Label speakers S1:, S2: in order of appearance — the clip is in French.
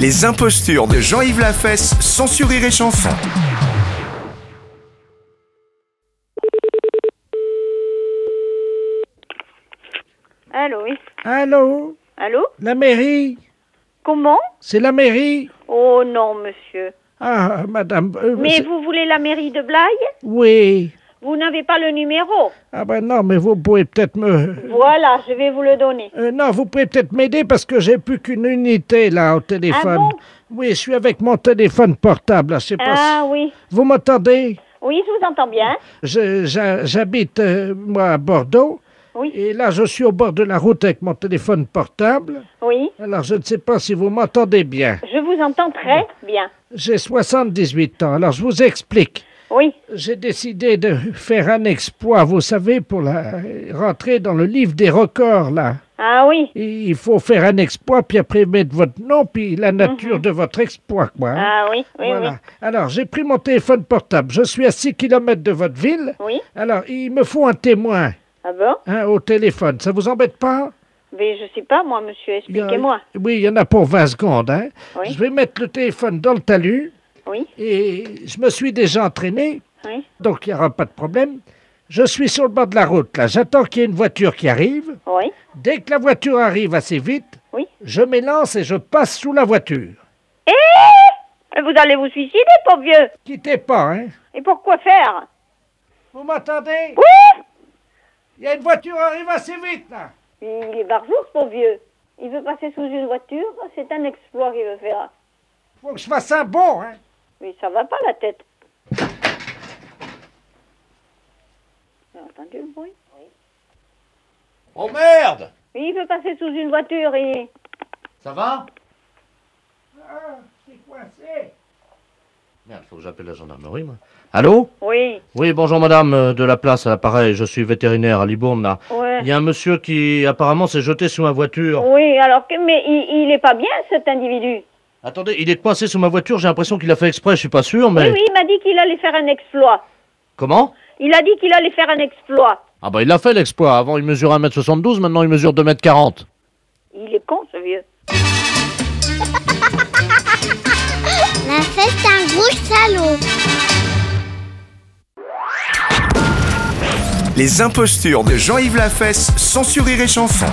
S1: Les impostures de Jean-Yves Lafesse, censure et chanson.
S2: Allô, oui.
S3: Allô
S2: Allô
S3: La mairie
S2: Comment
S3: C'est la mairie
S2: Oh non, monsieur.
S3: Ah, madame. euh,
S2: Mais
S3: c'est-
S2: vous voulez la mairie de Blaye
S3: Oui.
S2: Vous n'avez pas le numéro.
S3: Ah ben non, mais vous pouvez peut-être me...
S2: Voilà, je vais vous le donner.
S3: Euh, non, vous pouvez peut-être m'aider parce que j'ai plus qu'une unité là au téléphone.
S2: Ah bon
S3: oui, je suis avec mon téléphone portable. Là. Je sais pas
S2: Ah oui.
S3: si- Vous m'entendez
S2: Oui, je vous entends bien.
S3: Je- j'a- J'habite, euh, moi, à Bordeaux.
S2: Oui,
S3: Et là, je suis au bord de la route avec mon téléphone portable.
S2: oui.
S3: Alors, je ne sais pas si vous m'entendez bien.
S2: Je vous entends très bien.
S3: J'ai 78 ans. Alors, je vous explique.
S2: Oui.
S3: J'ai décidé de faire un exploit, vous savez, pour la, rentrer dans le livre des records, là.
S2: Ah oui.
S3: Il il faut faire un exploit, puis après mettre votre nom, puis la nature de votre exploit, quoi. hein.
S2: Mhm. Ah oui, oui,
S3: voilà. Alors, j'ai pris mon téléphone portable. Je suis à 6 km de votre ville.
S2: oui. Oui.
S3: Alors, il me faut un témoin
S2: Ah bon
S3: hein, au téléphone. Ça vous embête pas
S2: Mais je sais pas, moi, monsieur.
S3: Il y a-
S2: Expliquez-moi.
S3: Oui, il y en a pour 20 secondes. hein.
S2: Oui.
S3: Je vais mettre le téléphone dans le talus.
S2: Oui,
S3: Et je me suis déjà entraîné.
S2: oui.
S3: Donc il n'y aura pas de problème. Je suis sur le bord de la route, là. J'attends qu'il y ait une voiture qui arrive.
S2: Oui,
S3: Dès que la voiture arrive assez vite,
S2: oui.
S3: je m'élance et je passe sous la voiture.
S2: Mais Vous allez vous suicider, pauvre vieux.
S3: Quittez pas, hein.
S2: Et pourquoi faire
S3: Vous m'entendez
S2: Oui
S3: Il y a une voiture qui arrive assez vite, là.
S2: Il est barjour, pauvre vieux. Il veut passer sous une voiture. C'est un exploit qu'il veut faire.
S3: Faut que je fasse un bond, hein.
S2: Mais ça va pas la tête. Vous avez entendu le bruit
S4: Oh merde
S2: Oui, il veut passer sous une voiture et.
S4: Ça va
S3: Ah, c'est coincé.
S4: Merde, faut que j'appelle la gendarmerie, moi. Allô
S2: Oui,
S4: Oui, bonjour madame, euh, de la place à l'appareil, je suis vétérinaire à Libourne, là.
S2: ouais.
S4: Il y a un monsieur qui apparemment s'est jeté sous ma voiture.
S2: Oui, alors que. Mais il, il est pas bien, cet individu.
S4: Attendez, il est coincé sous ma voiture, j'ai l'impression qu'il a fait exprès, je suis pas sûr, mais...
S2: Oui, oui, il m'a dit qu'il allait faire un exploit.
S4: Comment
S2: Il a dit qu'il allait faire un exploit.
S4: Ah bah il a fait l'exploit, avant il mesurait 1m72, maintenant il mesure 2m40.
S2: Il est con, ce vieux.
S5: La fête, c'est un gros salaud.
S1: Les impostures de Jean-Yves Lafesse, censure et chanson.